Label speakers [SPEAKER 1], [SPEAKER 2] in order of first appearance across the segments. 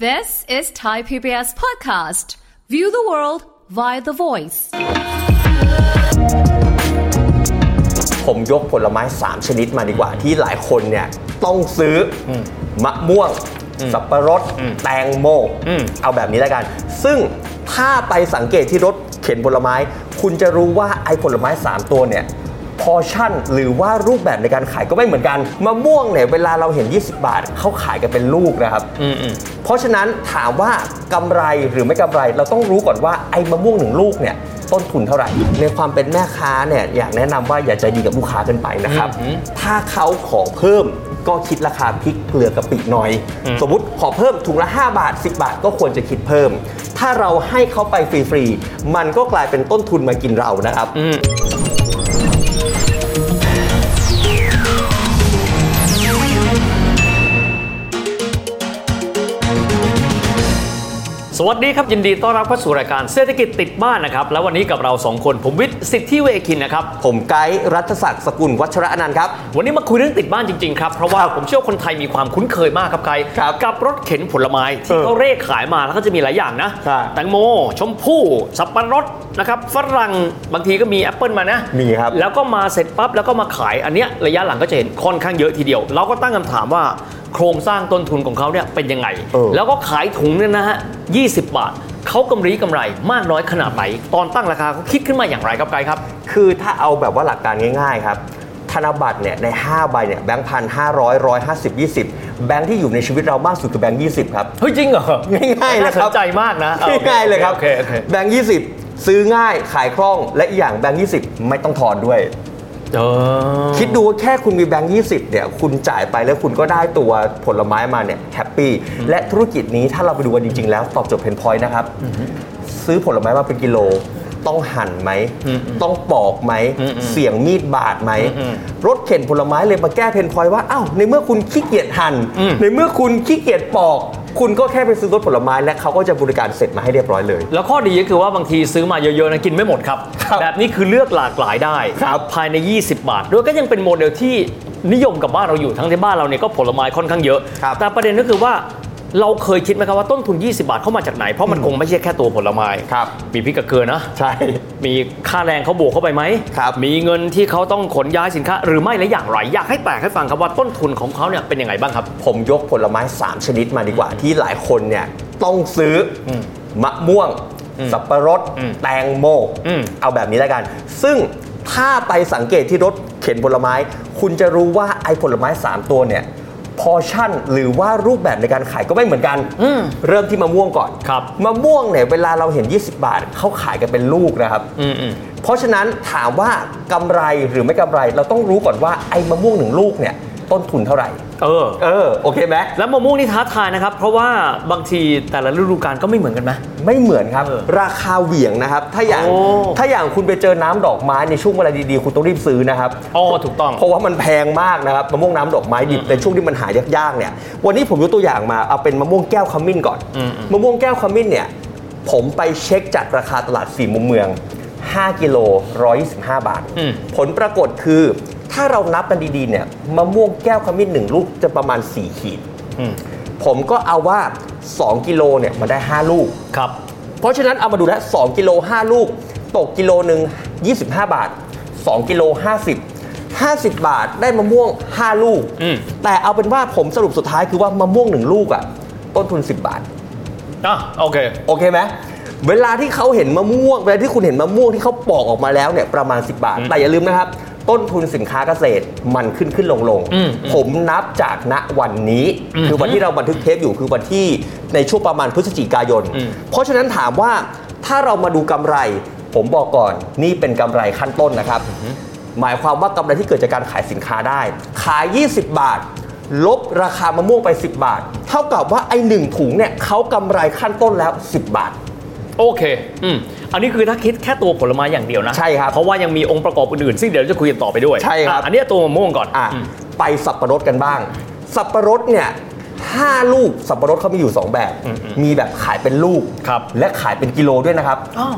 [SPEAKER 1] This is Thai PBS podcast. View the world via the voice.
[SPEAKER 2] ผมยกผลไม้ 3 ชนิดมาดีกว่าที่หลายคนเนี่ยต้องซื้ออมะม่วง สับประรด แตงโมเอาแบบนี้แล้วกัน ซึ่งถ้าไปสังเกตที่รถเข็นผลไม้ คุณจะรู้ว่าไอ้ผลไม้ 3 ตัวเนี่ยพอชั่นหรือว่ารูปแบบในการขายก็ไม่เหมือนกันมะม่วงเนี่ยเวลาเราเห็น 20 บาทเขาขายกันเป็นลูกนะครับ เพราะฉะนั้นถามว่ากำไรหรือไม่กำไรเราต้องรู้ก่อนว่าไอ้มะม่วงหนึ่งลูกเนี่ยต้นทุนเท่าไหร่ ในความเป็นแม่ค้าเนี่ยอยากแนะนำว่าอย่าใจดีกับลูกค้าเกินไปนะครับ ถ้าเขาขอเพิ่มก็คิดราคาพริกเกลือกะปิหน่อย สมมติขอเพิ่มถุงละ 5 บาท 10 บาทก็ควรจะคิดเพิ่ม ถ้าเราให้เขาไปฟรีๆมันก็กลายเป็นต้นทุนมากินเรานะครับ
[SPEAKER 3] สวัสดีครับยินดีต้อนรับเข้าสู่รายการเศรษฐกิจติดบ้านนะครับและวันนี้กับเราสองคนผมวิทย์สิทธิเวคินนะครับ
[SPEAKER 2] ผมไกด์รัฐศักดิ์สกุลวัชระอนันต์ครับ
[SPEAKER 3] วันนี้มาคุยเรื่องติดบ้านจริงๆครับเพราะว่าผมเชื่อว่าคนไทยมีความคุ้นเคยมากครับไกด์
[SPEAKER 2] ครับ
[SPEAKER 3] กับรถเข็นผลไม้ที่
[SPEAKER 2] เออ
[SPEAKER 3] เขาเร่ขายมาแล้วก็จะมีหลายอย่างนะ
[SPEAKER 2] ใช่
[SPEAKER 3] แตงโม ชมพู่สับปะรดนะครับฝรั่งบางทีก็มีแอปเปิลมานะ
[SPEAKER 2] มีครับ
[SPEAKER 3] แล้วก็มาเสร็จปั๊บแล้วก็มาขายอันเนี้ยระยะหลังก็จะเห็นค่อนข้างเยอะทีเดียว เราก็ตั้งคำถามว่าโครงสร้างต้นทุนของเขาเนี่ยเป็นยังไง
[SPEAKER 2] เออ
[SPEAKER 3] แล้วก็ขายถุงเนี่ยนะฮะ 20 บาท เขากำไรกำไรมากน้อยขนาดไหน ตอนตั้งราคาเขาคิดขึ้นมาอย่างไรครับไกด์ครับ
[SPEAKER 2] คือถ้าเอาแบบว่าหลักการง่ายๆครับ ธนบัตรเนี่ยใน 5 ใบเนี่ยแบงค์พันห้าร้อยร้อยห้าสิบยี่สิบแบงค์ที่อยู่ในชีวิตเรามากสุดคือแบงค์ยี่สิบครับ
[SPEAKER 3] เฮ้ย จริงเหรอ
[SPEAKER 2] ง่ายๆ
[SPEAKER 3] น่า
[SPEAKER 2] นะค
[SPEAKER 3] ส
[SPEAKER 2] รับ
[SPEAKER 3] นใจมากนะออ
[SPEAKER 2] ง่ายๆเลยครับ
[SPEAKER 3] โอเคโอเค
[SPEAKER 2] แบงค์ยี่สิบซื้อง่ายขายคล่องและอีกอย่างแบงค์ยี่สิบไม่ต้องทอนด้วย
[SPEAKER 3] เออ
[SPEAKER 2] คิดดูว่าแค่คุณมีแบงค์20เนี่ยคุณจ่ายไปแล้วคุณก็ได้ตัวผลไม้มาเนี่ยแฮปปี้และธุรกิจนี้ถ้าเราไปดูกันจริง ๆ แล้วตอบโจทย์เพนพอยต์นะครับ ซื้อผลไม้มาเป็นกิโล ต้องหั่นไหม ต้องปอกไหม เสี่ยงมีดบาดไหม รถเข็นผลไม้เลยมาแก้เพนพอยต์ว่าอ้าวในเมื่อคุณขี้เกียจหั่น
[SPEAKER 3] อืม
[SPEAKER 2] ในเมื่อคุณขี้เกียจปอก คุณก็แค่ไปซื้อรถผลไม้และเขาก็จะบริการเสร็จมาให้เรียบร้อยเลย
[SPEAKER 3] แล้วข้อดีก็คือว่าบางทีซื้อมาเยอะๆนะกินไม่หมดครับ
[SPEAKER 2] ครับ
[SPEAKER 3] แบบนี้คือเลือกหลากหลายได้
[SPEAKER 2] ครับ
[SPEAKER 3] ภายใน 20 บาท ด้วยก็ยังเป็นโมเดลที่นิยมกับบ้านเราอยู่ทั้งที่บ้านเราเนี่ยก็ผลไม้ค่อนข้างเยอะ
[SPEAKER 2] ครับ
[SPEAKER 3] แต่ประเด็นก็คือว่าเราเคยคิดไหมครับว่าต้นทุน 20 บาทเข้ามาจากไหน เพราะมันคงไม่ใช่แค่ตัวผลไม้
[SPEAKER 2] ครับ
[SPEAKER 3] มีพริกกับเกลือนะ
[SPEAKER 2] ใช่
[SPEAKER 3] มีค่าแรงเขาบวกเข้าไปไหม
[SPEAKER 2] ครับ
[SPEAKER 3] มีเงินที่เขาต้องขนย้ายสินค้า หรือไม่และอย่างไร อยากให้แตกให้ฟังครับว่าต้นทุนของเขาเนี่ยเป็นยังไงบ้างครับ
[SPEAKER 2] ผมยกผลไม้ 3 ชนิดมาดีกว่าที่หลายคนเนี่ยต้องซื้ออมะม่วง สับประรด แตงโม
[SPEAKER 3] อืม
[SPEAKER 2] เอาแบบนี้แล้วกัน ซึ่งถ้าไปสังเกตที่รถเข็นผลไม้ คุณจะรู้ว่าไอ้ผลไม้ 3 ตัวเนี่ยพอชั่นหรือว่ารูปแบบในการขายก็ไม่เหมือนกัน เริ่มที่มะม่วงก่อน
[SPEAKER 3] ครับ
[SPEAKER 2] มะม่วงเนี่ยเวลาเราเห็น 20 บาทเขาขายกันเป็นลูกนะครับ
[SPEAKER 3] อืมอืม
[SPEAKER 2] เพราะฉะนั้นถามว่ากำไรหรือไม่กำไร เราต้องรู้ก่อนว่าไอ้มะม่วงหนึ่งลูกเนี่ยต้นทุนเท่าไหร่
[SPEAKER 3] เออ
[SPEAKER 2] เออ โอเคไหม
[SPEAKER 3] แล้วมะม่วงนี่ท้าทายนะครับ เพราะว่าบางทีแต่ละฤดูกาลก็ไม่เหมือนกันไหม
[SPEAKER 2] ไม่เหมือนครับ
[SPEAKER 3] เออ
[SPEAKER 2] ราคาเหวี่ยงนะครับ ถ้าอย่าง
[SPEAKER 3] โอ้
[SPEAKER 2] ถ้าอย่างคุณไปเจอน้ำดอกไม้ในช่วงเวลาดีๆ คุณต้องรีบซื้อนะครับ
[SPEAKER 3] อ๋อถูกต้อง
[SPEAKER 2] เพราะว่ามันแพงมากนะครับมะม่วงน้ำดอกไม้ดิบในช่วงที่มันหายากๆเนี่ย วันนี้ผมยกตัวอย่างมาเอาเป็นมะม่วงแก้วขมิ้นก่อน
[SPEAKER 3] อืม
[SPEAKER 2] มะม่วงแก้วขมิ้นเนี่ย ผมไปเช็คจากราคาตลาดสี่มุมเมือง 5 กิโล125 บาท
[SPEAKER 3] อืม
[SPEAKER 2] ผลปรากฏคือ ถ้าเรานับกันดีๆเนี่ยมะม่วงแก้วขมิ้นหนึ่งลูกจะประมาณ 4 ขีด
[SPEAKER 3] อืม
[SPEAKER 2] ผมก็เอาว่า 2 กิโลเนี่ยมันได้ 5 ลูก
[SPEAKER 3] ครับ
[SPEAKER 2] เพราะฉะนั้นเอามาดูแล้ว2กิโล5ลูก ตกกิโลหนึ่ง25 บาท 2กิโล50 50 บาทได้มะม่วง 5 ลูก
[SPEAKER 3] อืม
[SPEAKER 2] แต่เอาเป็นว่าผมสรุปสุดท้ายคือว่ามะม่วง 1 ลูกอะต้นทุน 10 บาท
[SPEAKER 3] อ่ะโอเค
[SPEAKER 2] โอเคไหมเวลาที่เขาเห็นมะม่วงเวลาที่คุณเห็นมะม่วงที่เขาปอกออกมาแล้วเนี่ยประมาณ 10 บาท แต่อย่าลืมนะครับ ต้นทุนสินค้าเกษตรมันขึ้นขึ้นลงลง
[SPEAKER 3] อืม
[SPEAKER 2] ผมนับจากณวันนี้
[SPEAKER 3] อืม
[SPEAKER 2] คือวันที่เราบันทึกเทปอยู่คือวันที่ในช่วงประมาณพฤศจิกายน
[SPEAKER 3] อืม
[SPEAKER 2] เพราะฉะนั้นถามว่าถ้าเรามาดูกำไร ผมบอกก่อนนี่เป็นกำไรขั้นต้นนะครับ หมายความว่ากำไรที่เกิดจากการขายสินค้าได้ ขาย 20 บาท ลบราคามะม่วงไป 10 บาท เท่ากับว่าไอ้หนึ่งถุงเนี่ยเขากำไรขั้นต้นแล้ว 10 บาท
[SPEAKER 3] โอเคอืมอันนี้คือถ้าคิดแค่ตัวผลไม้อย่างเดียวนะ
[SPEAKER 2] ใช่ครับ
[SPEAKER 3] เพราะว่ายังมีองค์ประกอบอื่นๆซึ่งเดี๋ยวเราจะคุยกันต่อไปด้วย
[SPEAKER 2] ใช่ครับ
[SPEAKER 3] อ่ะอันเนี้ยตัวมะม่วงก่อน
[SPEAKER 2] อ่ะ
[SPEAKER 3] อืม
[SPEAKER 2] ไปสับประรดกันบ้าง สับประรดเนี่ยห้าลูกสับประรดเขามีอยู่ 2 แบบ มีแบบขายเป็นลูก
[SPEAKER 3] ครับ
[SPEAKER 2] และขายเป็นกิโลด้วยนะครับ
[SPEAKER 3] อ้าว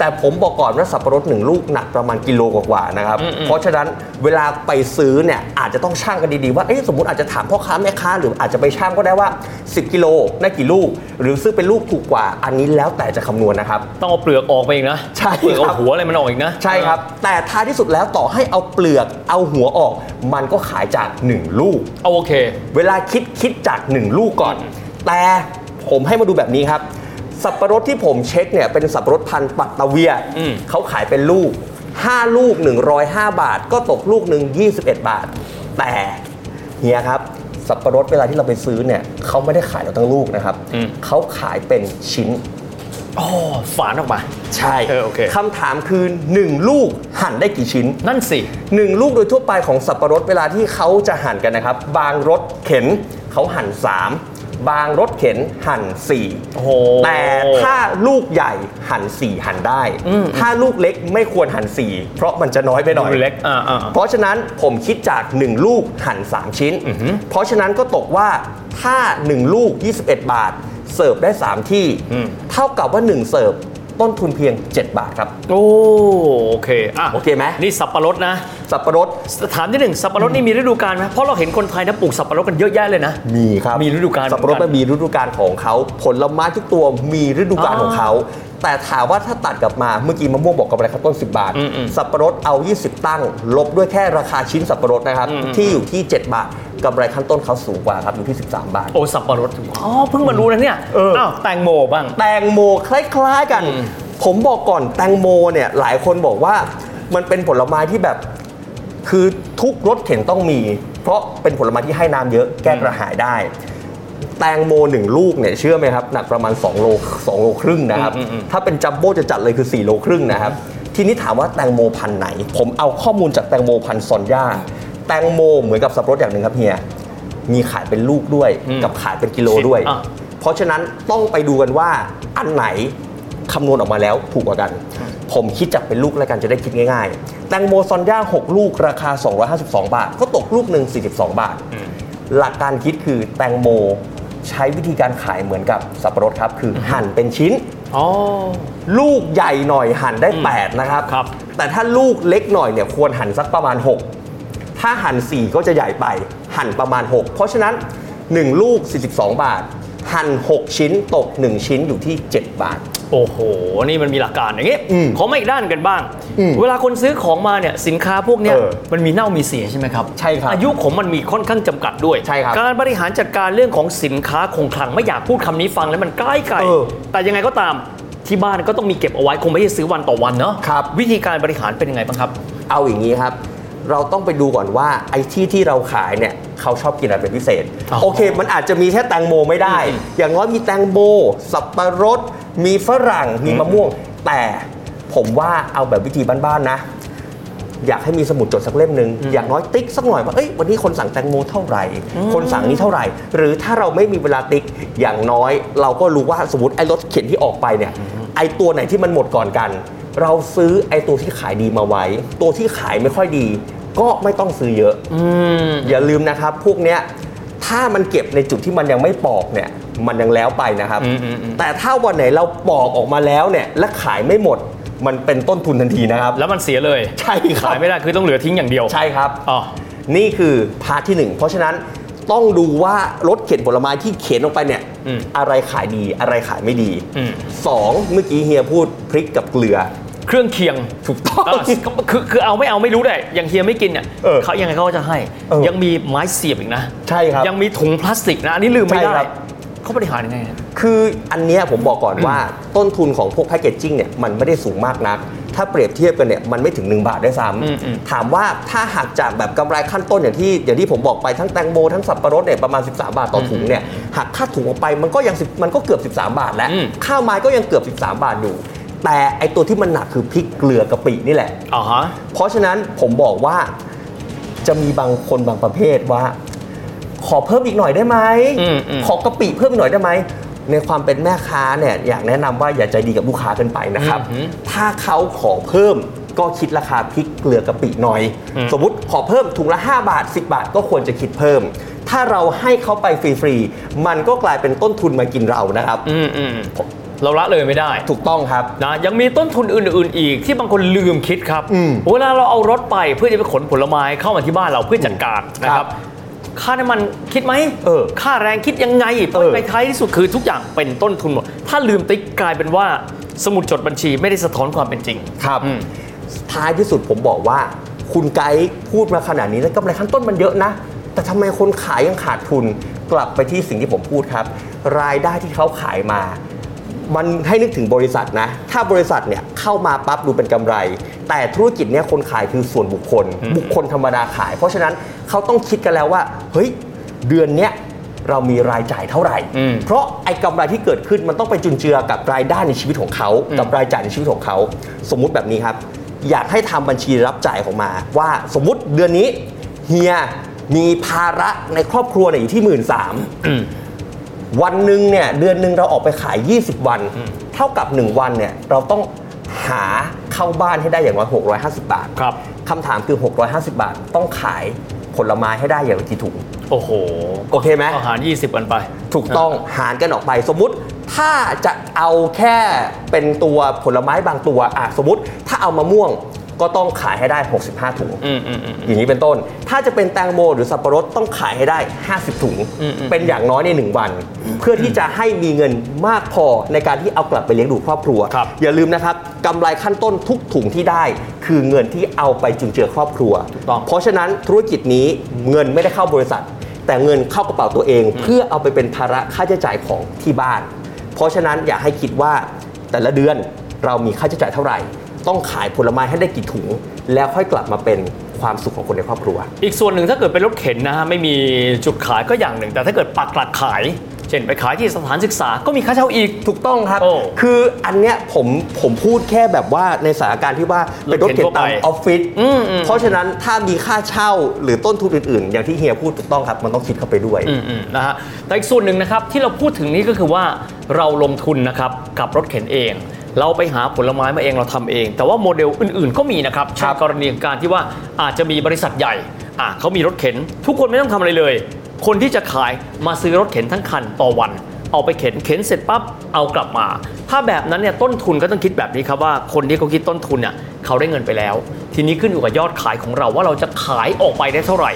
[SPEAKER 2] แต่ผมบอกก่อนว่าสับปะรดหนึ่งลูกหนักประมาณกิโลกว่าๆนะครับ เพราะฉะนั้นเวลาไปซื้อเนี่ยอาจจะต้องช่างกันดีๆว่าเอ๊ะสมมติอาจจะถามพ่อค้าแม่ค้าหรืออาจจะไปช่างก็ได้ว่า 10 กิโลได้กี่ลูก หรือซื้อเป็นลูกถูกกว่า อันนี้แล้วแต่จะคำนวณนะครับ
[SPEAKER 3] ต้องเอาเปลือกออกไปอีกนะ
[SPEAKER 2] ใช่
[SPEAKER 3] เปลือก
[SPEAKER 2] ครั
[SPEAKER 3] เอา
[SPEAKER 2] บ
[SPEAKER 3] หัวอะไรมันออกอีกนะ
[SPEAKER 2] ใช่ครับ แต่ท้ายที่สุดแล้วต่อให้เอาเปลือกเอาหัวออก มันก็ขายจาก 1 ลูก
[SPEAKER 3] เอาโอเค
[SPEAKER 2] เวลาคิดคิดจาก 1 ลูกก่อน แต่ผมให้มาดูแบบนี้ครับ สับประรดที่ผมเช็คเนี่ยเป็นสับประรดพันธุ์ปัตตะเวีย
[SPEAKER 3] อืม
[SPEAKER 2] เขาขายเป็นลูก 5 ลูก 105 บาท ก็ตกลูกหนึ่ง21 บาท แต่เฮียครับ สับประรดเวลาที่เราไปซื้อเนี่ยเขาไม่ได้ขายเราทั้งลูกนะครับเขาขายเป็นชิ้น
[SPEAKER 3] อ๋อฝานออกมา
[SPEAKER 2] ใช่
[SPEAKER 3] เออโอเค
[SPEAKER 2] คำถามคือ 1 ลูกหั่นได้กี่ชิ้น
[SPEAKER 3] นั่นสิ
[SPEAKER 2] หนึ่งลูกโดยทั่วไปของสับปะรดเวลาที่เขาจะหั่นกันนะครับ บางรถเข็นเขาหั่น 3 บางรถเข็นหั่น4
[SPEAKER 3] โอ้โห
[SPEAKER 2] แต่ถ้าลูกใหญ่หั่น 4 หั่นได้ ถ้าลูกเล็กไม่ควรหั่น 4 เพราะมันจะน้อยไปหน่อย
[SPEAKER 3] ดูเล็กอ่าอ่า
[SPEAKER 2] เพราะฉะนั้นผมคิดจาก 1 ลูกหั่น 3 ชิ้น เพราะฉะนั้นก็ตกว่าถ้า 1 ลูก 21 บาท เสิร์ฟได้ 3 ที่
[SPEAKER 3] อืม
[SPEAKER 2] เท่ากับว่า 1 เสิร์ฟต้นทุนเพียง 7 บาทครับ
[SPEAKER 3] โอ้โอเคอ่ะ
[SPEAKER 2] โอเคไหม
[SPEAKER 3] นี่สับปะรดนะ
[SPEAKER 2] สับปะรด
[SPEAKER 3] ถามที่หนึ่งสับปะรดนี่มีฤดูกาลไหมเพราะเราเห็นคนไทยนะปลูกสับปะรดกันเยอะแยะเลยนะ
[SPEAKER 2] มีครับ
[SPEAKER 3] มีฤดูกาล
[SPEAKER 2] สับปะรด
[SPEAKER 3] เหมือนกัน
[SPEAKER 2] มันมีฤดูกาลของเขาผลไม้ทุกตัวมีฤดูกาลของเขา แต่ถามว่าถ้าตัดกลับมาเมื่อกี้มะม่วงบอกกับอะไรครับต้น 10 บาท
[SPEAKER 3] อืมอืม
[SPEAKER 2] สับปะรดเอา 20 ตั้ง ลบด้วยแค่ราคาชิ้นสับปะรดนะครับ
[SPEAKER 3] อืมอืม
[SPEAKER 2] ที่อยู่ที่ 7 บาทกำไรขั้นต้นเขาสูงกว่าครับอยู่ที่ 13 บาท
[SPEAKER 3] โอ้สับปะรดอ๋อเพิ่งมารู้นะเนี่ย
[SPEAKER 2] เอออ้
[SPEAKER 3] าวแตงโมบ้าง
[SPEAKER 2] แตงโมคล้ายๆกัน ผมบอกก่อนแตงโมเนี่ยหลายคนบอกว่ามันเป็นผลไม้ที่แบบ คือทุกรถเข็นต้องมี เพราะเป็นผลไม้ที่ให้น้ำเยอะแก้กระหายได้ แตงโมหนึ่งลูกเนี่ยเชื่อไหมครับ หนักประมาณ 2 โล2โลครึ่งนะครับ
[SPEAKER 3] อืมอืมอืม
[SPEAKER 2] ถ้าเป็นจัมโบ้จะจัดเลยคือ 4 โลครึ่งนะครับ ทีนี้ถามว่าแตงโมพันธุ์ไหน ผมเอาข้อมูลจากแตงโมพันธุ์ซอนย่าแตงโมเหมือนกับสับปะรดอย่างหนึ่งครับเฮียมีขายเป็นลูกด้วยกับขายเป็นกิโล โลด้วย
[SPEAKER 3] อ่ะ
[SPEAKER 2] เพราะฉะนั้นต้องไปดูกันว่าอันไหนคำนวณออกมาแล้วถูกกว่ากัน ผมคิดจากเป็นลูกแล้วกันจะได้คิดง่ายๆ แตงโมซอนย่า 6 ลูกราคา 252 บาท ก็ตกลูกหนึ่ง42 บาท หลักการคิดคือแตงโมใช้วิธีการขายเหมือนกับสับปะรดครับ คืออหั่นเป็นชิ้น
[SPEAKER 3] อ๋อ
[SPEAKER 2] ลูกใหญ่หน่อยหั่นได้ 8 นะครับ
[SPEAKER 3] ครับ
[SPEAKER 2] แต่ถ้าลูกเล็กหน่อยเนี่ยควรหั่นสักประมาณ 6 ถ้าหั่น 4 ก็จะใหญ่ไป หั่นประมาณ 6 เพราะฉะนั้น 1 ลูก 42 บาท หั่น 6 ชิ้นตก 1 ชิ้นอยู่ที่ 7 บาท
[SPEAKER 3] โอ้โห นี่มันมีหลักการอย่างงี้
[SPEAKER 2] อืม
[SPEAKER 3] ขอมาอีกด้านกันบ้าง
[SPEAKER 2] อืม
[SPEAKER 3] เวลาคนซื้อของมาเนี่ยสินค้าพวกเนี้ย
[SPEAKER 2] เออ
[SPEAKER 3] มันมีเน่ามีเสียใช่ไหมครับ
[SPEAKER 2] ใช่ครับ
[SPEAKER 3] อายุของมันมีค่อนข้างจำกัดด้วย
[SPEAKER 2] ใช่ครับ
[SPEAKER 3] การบริหารจัดการเรื่องของสินค้าคงคลังไม่อยากพูดคำนี้ฟังแล้วมันใกล้ไกล
[SPEAKER 2] เออ
[SPEAKER 3] แต่ยังไงก็ตามที่บ้านก็ต้องมีเก็บเอาไว้คงไม่ได้ซื้อวันต่อวันเนาะ
[SPEAKER 2] ครับ
[SPEAKER 3] วิธีการบริหารเป็นยังไงบ้างครับ
[SPEAKER 2] เอาอย่างนี้ครับ เราต้องไปดูก่อนว่าไอ้ที่ที่เราขายเนี่ยเขาชอบกินอะไรเป็นพิเศษ
[SPEAKER 3] อ๋อ
[SPEAKER 2] โอเค มันอาจจะมีแค่แตงโมไม่ได้ อย่างน้อยมีแตงโม สับปะรด มีฝรั่ง มีมะม่วง แต่ผมว่าเอาแบบวิธีบ้านๆนะ อยากให้มีสมุดจดสักเล่มหนึ่งอย่างน้อยติ๊กสักหน่อยว่าเอ้ยวันนี้คนสั่งแตงโมเท่าไหร่ คนสั่งนี้เท่าไหร่ หรือถ้าเราไม่มีเวลาติ๊กอย่างน้อย เราก็รู้ว่าสมมติไอ้รถเข็นที่ออกไปเนี่ยไอ้ตัวไหนที่มันหมดก่อนกัน เราซื้อไอ้ตัวที่ขายดีมาไว้ ตัวที่ขายไม่ค่อยดี ก็ไม่ต้องซื้อเยอะ อย่าลืมนะครับ พวกเนี้ยถ้ามันเก็บในจุดที่มันยังไม่ปอกเนี่ยมันยังแล้วไปนะครับ
[SPEAKER 3] อืมอืมอืม
[SPEAKER 2] แต่ถ้าวันไหนเราปอกออกมาแล้วเนี่ยและขายไม่หมดมันเป็นต้นทุนทันทีนะครับ
[SPEAKER 3] แล้วมันเสียเลย
[SPEAKER 2] ใช่ครับ
[SPEAKER 3] ขายไม่ได้คือต้องเหลือทิ้งอย่างเดียว
[SPEAKER 2] ใช่ครับ
[SPEAKER 3] อ๋อ
[SPEAKER 2] นี่คือพาร์ทที่ 1 เพราะฉะนั้นต้องดูว่ารถเข็นผลไม้ที่เข็นออกไปเนี่ย
[SPEAKER 3] อืม
[SPEAKER 2] อะไรขายดีอะไรขายไม่ดี
[SPEAKER 3] อืม
[SPEAKER 2] สองเมื่อกี้เฮียพูดพริกกับเกลือ
[SPEAKER 3] เครื่องเคียง
[SPEAKER 2] ถูกต้อง
[SPEAKER 3] เออคือคือเอาไม่เอาไม่รู้ได้อย่างเฮียไม่กินเนี่ย
[SPEAKER 2] เออ
[SPEAKER 3] เขายังไงเขาก็จะให้
[SPEAKER 2] เออ
[SPEAKER 3] ยังมีไม้เสียบอีกนะ
[SPEAKER 2] ใช่ครับ
[SPEAKER 3] ยังมีถุงพลาสติกนะอันนี้ลืมไม่
[SPEAKER 2] ใช่ค
[SPEAKER 3] ได้
[SPEAKER 2] รับ
[SPEAKER 3] เขาบริหารยังไงเนี่ย
[SPEAKER 2] คืออันเนี้ยผมบอกก่อนว่าต้นทุนของพวกแพคเกจจิ้งเนี่ยมันไม่ได้สูงมากนัก ถ้าเปรียบเทียบกันเนี่ยมันไม่ถึง 1 บาทได้วยซ้
[SPEAKER 3] อืมอืม
[SPEAKER 2] ำถามว่าถ้าหักจากแบบกำไรขั้นต้นอย่างที่อย่างที่ผมบอกไปทั้งแตงโมทั้งสับปะรดเนี่ยประมาณ 13 บาทต่อถุงเนี่ยหักค่าถุงออกไปมันก็ยัง10มันก็เกือบ 13 บาทแล้ว ข้าวไม้ก็ยังเกือบ 13 บาทอยู่ แต่ไอตัวที่มันหนักคือพริกเกลือกะปินี่แหละ
[SPEAKER 3] อ๋อฮะ
[SPEAKER 2] เพราะฉะนั้นผมบอกว่าจะมีบางคนบางประเภทว่า ขอเพิ่มอีกหน่อยได้ไหม
[SPEAKER 3] อืมอืม
[SPEAKER 2] ขอกะปิเพิ่มอีกหน่อยได้ไหมในความเป็นแม่ค้าเนี่ยอยากแนะนำว่าอย่าใจดีกับลูกค้าเกินไปนะครับ ถ้าเขาขอเพิ่มก็คิดราคาพริกเกลือกะปิหน่อย สมมติขอเพิ่มถุงละ 5 บาท 10 บาทก็ควรจะคิดเพิ่ม ถ้าเราให้เขาไปฟรีๆมันก็กลายเป็นต้นทุนมากินเรานะครับ
[SPEAKER 3] อืมอืม เราละเลยไม่ได้
[SPEAKER 2] ถูกต้องครับ
[SPEAKER 3] นะยังมีต้นทุนอื่น ๆ อีกที่บางคนลืมคิดครับเวลาเราเอารถไปเพื่อจะไปขนผลไม้เข้ามาที่บ้านเราเพื่อจัดการนะ
[SPEAKER 2] ค
[SPEAKER 3] ค
[SPEAKER 2] รั
[SPEAKER 3] รั
[SPEAKER 2] บบ
[SPEAKER 3] ค่าน้ำมันคิดไหม
[SPEAKER 2] เออ
[SPEAKER 3] ค่าแรงคิดยังไง
[SPEAKER 2] เออ
[SPEAKER 3] ไปท้ายที่สุดคือทุกอย่างเป็นต้นทุนหมด ถ้าลืมติ๊กกลายเป็นว่าสมุดจดบัญชีไม่ได้สะท้อนความเป็นจริง
[SPEAKER 2] ครับ
[SPEAKER 3] อืม
[SPEAKER 2] ท้ายที่สุดผมบอกว่า คุณไกด์พูดมาขนาดนี้แล้วกำไรขั้นต้นมันเยอะนะ แต่ทำไมคนขายยังขาดทุนกลับไปที่สิ่งที่ผมพูดครับ รายได้ที่เขาขายมา มันให้นึกถึงบริษัทนะ ถ้าบริษัทเนี่ยเข้ามาปั๊บดูเป็นกำไร แต่ธุรกิจเนี่ยคนขายคือส่วนบุคคล บุคคลธรรมดาขาย เพราะฉะนั้นเขาต้องคิดกันแล้วว่าเฮ้ยเดือนเนี้ยเรามีรายจ่ายเท่าไหร่
[SPEAKER 3] อืม
[SPEAKER 2] เพราะไอ้กำไรที่เกิดขึ้นมันต้องไปจุนเจือกับรายได้ในชีวิตของเขา กับรายจ่ายในชีวิตของเขา สมมุติแบบนี้ครับ อยากให้ทำบัญชีรับจ่ายของมา ว่าสมมุติเดือนนี้เฮียมีภาระในครอบครัวเนี่ยอยู่ที่หมื่นสามวันหนึ่งเนี่ยเดือนหนึ่งเราออกไปขาย 20 วัน เท่ากับ 1 วันเนี่ยเราต้องหาเข้าบ้านให้ได้อย่างน้อย650 บาท
[SPEAKER 3] ครับ
[SPEAKER 2] คำถามคือ 650 บาท ต้องขายผลไม้ให้ได้อย่างละกี่ถุง
[SPEAKER 3] โอ้โห
[SPEAKER 2] โอเคไหม
[SPEAKER 3] อาหาร 20วันไป
[SPEAKER 2] ถูกต้องหารกันออกไปสมมุติถ้าจะเอาแค่เป็นตัวผลไม้บางตัวอ่ะสมมติถ้าเอามะม่วงก็ต้องขายให้ได้ 65 ถุง
[SPEAKER 3] อืมอืมอืม
[SPEAKER 2] อย่างนี้เป็นต้น ถ้าจะเป็นแตงโมหรือสับปะรดต้องขายให้ได้ 50 ถุง เป็นอย่างน้อยในหนึ่งวัน เพื่อที่จะให้มีเงินมากพอในการที่เอากลับไปเลี้ยงดูครอบครัว
[SPEAKER 3] ครับ
[SPEAKER 2] อย่าลืมนะครับกำไรขั้นต้นทุกถุงที่ได้ คือเงินที่เอาไปจุนเจือครอบครัว
[SPEAKER 3] ถูกต้อง
[SPEAKER 2] เพราะฉะนั้นธุรกิจนี้เงินไม่ได้เข้าบริษัท แต่เงินเข้ากระเป๋าตัวเอง เพื่อเอาไปเป็นภาระค่าใช้จ่ายของที่บ้าน เพราะฉะนั้นอยากให้คิดว่าแต่ละเดือนเรามีค่าใช้จ่ายเท่าไหร่ ต้องขายผลไม้ให้ได้กี่ถุง แล้วค่อยกลับมาเป็นความสุขของคนในครอบครัว
[SPEAKER 3] อีกส่วนหนึ่งถ้าเกิดเป็นรถเข็นนะฮะไม่มีจุดขายก็อย่างหนึ่ง แต่ถ้าเกิดปักหลักขาย เช่นไปขายที่สถานศึกษาก็มีค่าเช่าอีก
[SPEAKER 2] ถูกต้องครับ
[SPEAKER 3] โอ้
[SPEAKER 2] คืออันเนี้ยผมผมพูดแค่แบบว่าในสถานการณ์ที่ว่าเป็นรถเข็นตาม
[SPEAKER 3] รถเข็นทั่วไป
[SPEAKER 2] ออฟฟิศ
[SPEAKER 3] อืมอืม
[SPEAKER 2] เพราะฉะนั้นถ้ามีค่าเช่าหรือต้นทุนอื่นๆ อย่างที่เฮียพูดถูกต้องครับมันต้องคิดเข้าไปด้วย
[SPEAKER 3] ืมๆนะฮะแต่อีกส่วนหนึ่งนะครับที่เราพูดถึงนี้ก็คือว่าเราลงทุนนะครับกับรถเข็นเอง เราไปหาผลไม้มาเองเราทำเอง แต่ว่าโมเดลอื่นๆก็มีนะครับเช่นกรณีของการที่ว่าอาจจะมีบริษัทใหญ่อ่ะเขามีรถเข็น ทุกคนไม่ต้องทำอะไรเลย คนที่จะขายมาซื้อรถเข็นทั้งคันต่อวัน เอาไปเข็นเข็นเสร็จปั๊บเอากลับมา ถ้าแบบนั้นเนี่ยต้นทุนก็ต้องคิดแบบนี้ครับว่าคนที่เขาคิดต้นทุนเนี่ยเขาได้เงินไปแล้ว ทีนี้ขึ้นอยู่กับยอดขายของเราว่าเราจะขายออกไปได้เท่าไหร่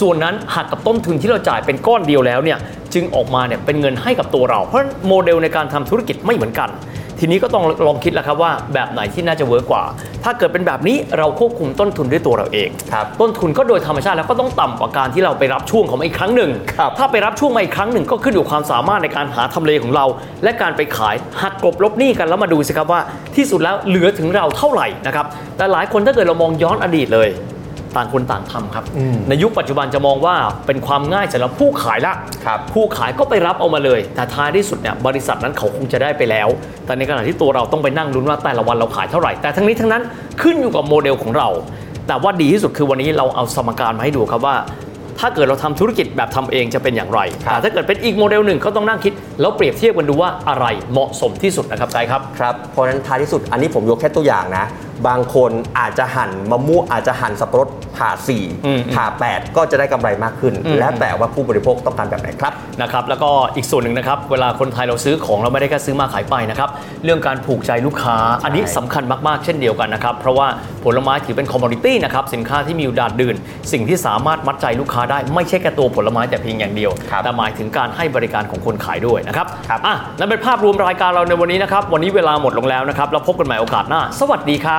[SPEAKER 3] ส่วนนั้นหักกับต้นทุนที่เราจ่ายเป็นก้อนเดียวแล้วเนี่ยจึงออกมาเนี่ยเป็นเงินให้กับตัวเรา เพราะฉะนั้นโมเดลในการทำธุรกิจไม่เหมือนกัน ทีนี้ก็ต้องลองคิดแล้วครับว่าแบบไหนที่น่าจะเวิร์กกว่า ถ้าเกิดเป็นแบบนี้เราควบคุมต้นทุนด้วยตัวเราเอง
[SPEAKER 2] ครับ
[SPEAKER 3] ต้นทุนก็โดยธรรมชาติแล้วก็ต้องต่ำกว่าการที่เราไปรับช่วงของมันอีกครั้งหนึ่ง
[SPEAKER 2] ครับ
[SPEAKER 3] ถ้าไปรับช่วงมาอีกครั้งหนึ่งก็ขึ้นอยู่กับความสามารถในการหาทำเลของเรา และการไปขายหักกลบลบหนี้กันแล้วมาดูสิครับว่าที่สุดแล้วเหลือถึงเราเท่าไหร่นะครับแต่หลายคนถ้าเกิดเรามองย้อนอดีตเลย ต่างคนต่างทำครับ ในยุคปัจจุบันจะมองว่าเป็นความง่ายสำหรับผู้ขายละ
[SPEAKER 2] ครับ
[SPEAKER 3] ผู้ขายก็ไปรับเอามาเลย แต่ท้ายที่สุดเนี่ยบริษัทนั้นเขาคงจะได้ไปแล้ว แต่ในขณะที่ตัวเราต้องไปนั่งลุ้นว่าแต่ละวันเราขายเท่าไหร่ แต่ทั้งนี้ทั้งนั้นขึ้นอยู่กับโมเดลของเรา แต่ว่าดีที่สุดคือวันนี้เราเอาสมการมาให้ดูครับว่า ถ้าเกิดเราทำธุรกิจแบบทำเองจะเป็นอย่างไรแต่ถ้าเกิดเป็นอีกโมเดลหนึ่งก็ต้องนั่งคิด แล้วเปรียบเทียบกันดูว่าอะไรเหมาะสมที่สุดนะครับใจครับ
[SPEAKER 2] ครับเพราะฉะนั้นท้ายที่สุดอันนี้ผมยกแค่ตัวอย่างนะ บางคนอาจจะหั่นมะม่วงอาจจะหั่นสับปะรดผ่า
[SPEAKER 3] อืม
[SPEAKER 2] 4ผ่า 8 ก็จะได้กำไรมากขึ้น
[SPEAKER 3] อืม
[SPEAKER 2] แล้วแต่ว่าผู้บริโภคต้องการแบบไหนครับ
[SPEAKER 3] นะครับแล้วก็อีกส่วนหนึ่งนะครับ เวลาคนไทยเราซื้อของเราไม่ได้แค่ซื้อมาขายไปนะครับ เรื่องการผูกใจลูกค้า อันนี้สำคัญมาก ๆ เช่นเดียวกันนะครับ เพราะว่าผลไม้ถือเป็นคอมมอดิตี้นะครับ สินค้าที่มีอยู่ดานดื่น สิ่งที่สามารถมัดใจลูกค้าได้ไม่ใช่แค่ตัวผลไม้แต่เพียงอย่างเดียว
[SPEAKER 2] ครับ
[SPEAKER 3] แต่หมายถึงการให้บริการของคนขายด้วยนะครับ
[SPEAKER 2] ครับ
[SPEAKER 3] อ่ะนั่นเป็นภาพรวมรายการเราในวันนี้นะครับวันนี้เวลาหมดลงแล้วนะครับแล้วพบกันใหม่โอกาสหน้า สวัสดีครั